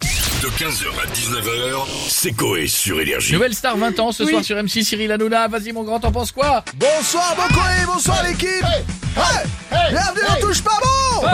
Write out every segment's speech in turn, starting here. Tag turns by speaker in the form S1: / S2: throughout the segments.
S1: De 15h à 19h, c'est Coé sur Énergie.
S2: Nouvelle star 20 ans ce soir sur M6 Cyril Hanouna. Vas-y mon grand, t'en penses quoi
S3: Bonsoir, bon courrier, bonsoir l'équipe Hey, Bienvenue, on touche pas bon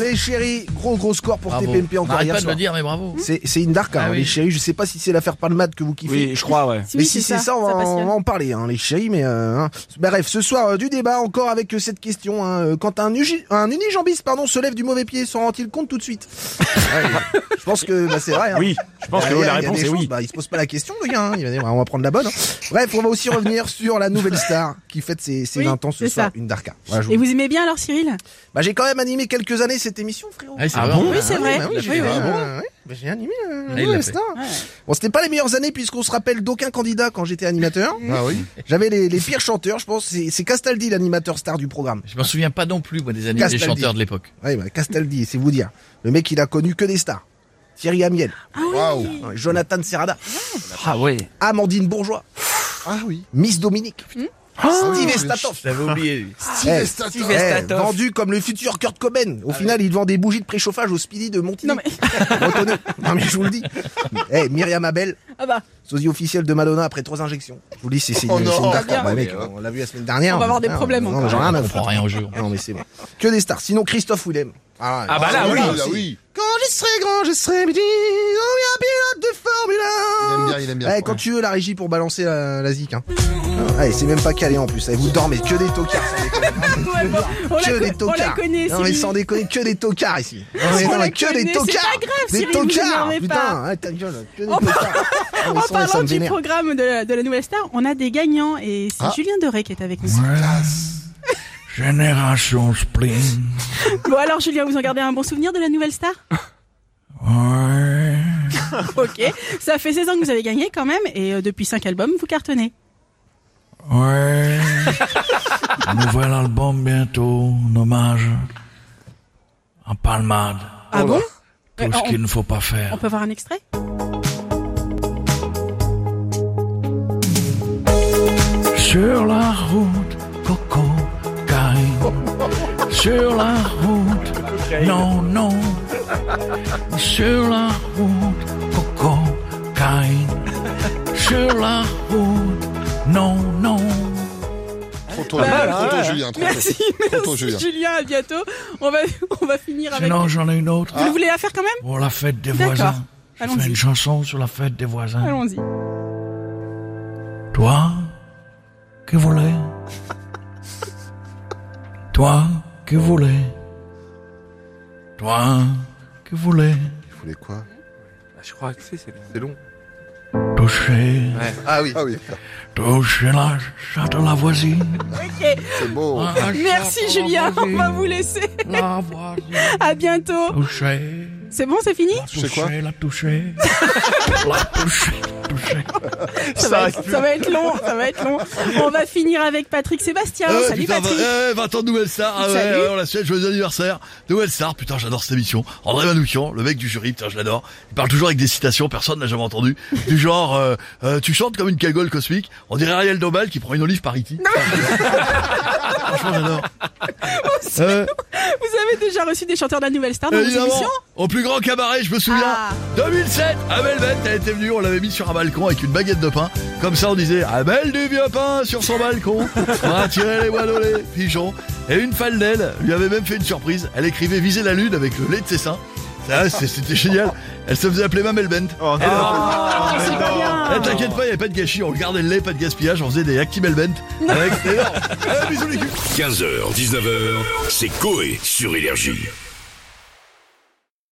S3: Les chéris, gros gros score pour
S2: Bravo.
S3: TPMP encore
S2: Arrête
S3: hier
S2: pas de
S3: soir.
S2: le dire, mais bravo.
S3: C'est c'est une dark, hein,
S2: Ah oui.
S3: les chéris, je sais pas si c'est l'affaire Palmade que vous kiffez.
S4: Oui, je crois, ouais.
S3: mais
S5: Oui,
S3: si c'est ça, on, va, on
S5: passionne.
S3: va en parler, hein, les chéris. Mais euh, hein. Bah, bref, ce soir euh, du débat encore avec euh, cette question hein, euh, quand un, ugi- un unijambiste pardon se lève du mauvais pied, s'en rend-il compte tout de suite Ouais, Je pense que bah, c'est vrai. hein.
S4: Oui, je pense que
S3: Derrière,
S4: la
S3: il y a
S4: réponse
S3: des
S4: est
S3: choses,
S4: oui.
S3: Bah, il se pose pas la question, le gars. hein. Il va dire, bah, on va prendre la bonne. hein. Bref, on va aussi revenir sur la nouvelle star qui fête ses, ses
S5: Oui,
S3: 20 ans ce
S5: c'est
S3: soir,
S5: ça.
S3: une Darka. Voilà, je vous
S5: Et
S3: le dis.
S5: vous aimez bien alors Cyril
S3: Bah, j'ai quand même animé quelques années cette émission, frérot.
S2: Ah, c'est
S4: Ah
S2: vrai,
S4: bon
S2: on-
S5: Oui, c'est
S3: Ah
S5: vrai.
S3: bah
S5: Oui,
S3: j'ai
S5: oui,
S3: fait,
S5: oui.
S3: euh, ouais, bah, j'ai animé. euh,
S2: Ah, il
S3: ouais,
S2: l'a
S3: c'est
S2: fait.
S3: ça. Bon, c'était pas les meilleures années puisqu'on se rappelle d'aucun candidat quand j'étais animateur.
S2: Ah oui.
S3: J'avais les, les pires chanteurs, je pense. C'est c'est Castaldi, l'animateur star du programme.
S2: Je m'en souviens pas non plus moi des années des
S3: Castaldi.
S2: chanteurs de l'époque.
S3: Ouais, bah, Castaldi, c'est vous dire. Le mec, il a connu que des stars. Thierry Amiel,
S5: Ah oui.
S3: hein, Jonathan Serrada,
S4: Ah ouais.
S3: Amandine Bourgeois,
S6: Ah oui. Ah
S3: Miss Dominique,
S5: Hmm.
S3: Ah Steve Estatoff.
S2: J'avais oublié.
S5: Ah.
S6: Steve Ah
S3: Eh,
S6: Estatoff.
S3: Eh, vendu comme le futur Kurt Cobain. Au final, il vend des bougies de préchauffage au Speedy de Montigny.
S5: Non mais
S3: Bretonneux. Non, mais je vous le dis. Eh, Myriam Abel,
S5: ah bah
S3: sosie officielle de Madonna après trois injections. Je vous le dis, c'est c'est une,
S6: Oh non.
S3: c'est une dark,
S5: Bien.
S3: bah, mec, on l'a vu la semaine dernière.
S5: On va avoir des
S3: Non,
S5: problèmes
S3: non,
S5: encore.
S3: J'en ai
S2: On
S3: rien à
S2: comprend
S3: foutre.
S2: rien au jeu.
S3: Non, mais c'est bon. Que des stars. Sinon, Christophe Willem. Ah,
S4: Ah bah là, oui.
S6: là, oui.
S3: Quand je serai grand, je serai midi, oh, un pilote de
S6: Il aime
S3: Formule 1.
S6: bien, il aime bien.
S3: Eh, quand tu veux la régie pour balancer la, la zic. Hein. Ah, et c'est même pas calé en plus. Eh, vous dormez que des tocards. sans déconner.
S5: Ouais, bon, bah, on, la
S3: que
S5: co-
S3: des
S5: on la
S3: tocards.
S5: connaît
S3: non mais
S5: Cyril.
S3: sans déconner, que des tocards ici. Non, mais
S5: On
S3: non,
S5: la
S3: que
S5: connaît,
S3: des
S5: c'est
S3: tocards.
S5: pas grave,
S3: des
S5: Cyril, vous
S3: tocards.
S5: énervez
S3: Putain,
S5: pas.
S3: ouais, ta gueule, que des
S5: En par-
S3: tocards. Ah, mais
S5: En
S3: sans- ça
S5: parlant
S3: me
S5: du
S3: vénère.
S5: programme de la, de la Nouvelle Star, on a des gagnants et c'est
S6: Ah.
S5: Julien Doré qui est avec nous.
S7: Génération Spring.
S5: Bon alors Julien, vous en gardez un bon souvenir de la Nouvelle Star
S7: Ouais.
S5: Ok, ça fait 16 ans que vous avez gagné quand même et euh, depuis 5 albums, vous cartonnez.
S7: Ouais. Nouvel album bientôt. Un hommage. En palmade.
S5: Ah bon
S7: Tout
S5: Ouais,
S7: ce
S5: on-
S7: qu'il ne faut pas faire.
S5: On peut voir un extrait
S7: Sur la route, Coco, Karine. Sur la route, non, non. Sur la route, Coco, Karine. Sur la route, non, non.
S6: Trop tôt,
S5: Bah,
S6: Julien.
S4: ouais.
S6: Trop tôt, Ah, Julien. Trop tôt.
S5: Merci,
S6: Trop tôt,
S5: merci
S6: Julien.
S5: Julien, à bientôt. On va, on va finir avec...
S7: Sinon, j'en ai une autre.
S5: Vous voulez la faire quand même
S7: Pour la fête des
S5: D'accord.
S7: voisins. Je fais
S5: Allons-y.
S7: une chanson sur la fête des voisins.
S5: Allons-y.
S7: Toi qui voulais. Toi qui voulais. Toi qui voulais
S6: Vous voulez quoi
S4: Je crois que c'est c'est
S6: C'est long.
S7: toucher,
S6: Ah oui. Ah oui.
S7: toucher la chatte de la voisine.
S5: Ok,
S6: C'est beau.
S7: La chatte
S5: merci
S7: de la
S5: Julien, on
S7: voisine.
S5: va vous laisser.
S7: La voisine.
S5: À bientôt.
S7: Toucher.
S5: C'est bon, c'est fini
S6: Tu sais quoi
S7: Toucher, la toucher. la toucher, toucher.
S5: ça va, être, ça va être long, ça va être long. On va finir avec Patrick Sébastien.
S8: Ouais,
S5: Salut
S8: putain,
S5: Patrick.
S8: vingt- eh, 20 ans de Nouvelle Star. Ah ouais,
S5: Salut.
S8: ouais, on la souhaite joyeux anniversaire. Nouvelle Star, putain, j'adore cette émission. André Manoukian, le mec du jury, putain, je l'adore. Il parle toujours avec des citations, personne n'a jamais entendu. Du genre, euh, euh, tu chantes comme une cagole cosmique. On dirait Ariel Dombal qui prend une olive par Iti. Franchement, j'adore. Euh,
S5: Vous avez déjà reçu des chanteurs de la Nouvelle Star dans vos
S8: évidemment,
S5: émissions
S8: au plus grand cabaret, je me souviens.
S5: Ah.
S8: 2007, Abel Bent, elle était venue, on l'avait mis sur un balcon avec une baguette de pain. Comme ça, on disait Abel du vieux pain sur son balcon pour attirer les moineaux, les pigeons. Et une fan d'elle lui avait même fait une surprise. Elle écrivait Viser la lune avec le lait de ses seins. Ça, c'est- c'était génial. Elle se faisait appeler Mamel Bent.
S5: Oh, c'est pas
S8: Eh,
S5: bien.
S8: T'inquiète pas, il n'y avait pas de gâchis. On gardait le lait, pas de gaspillage. On faisait des Actimel Bent. Avec, c'était énorme. Eh, bisous les culs.
S1: 15h, 19h, c'est Coé sur Énergie.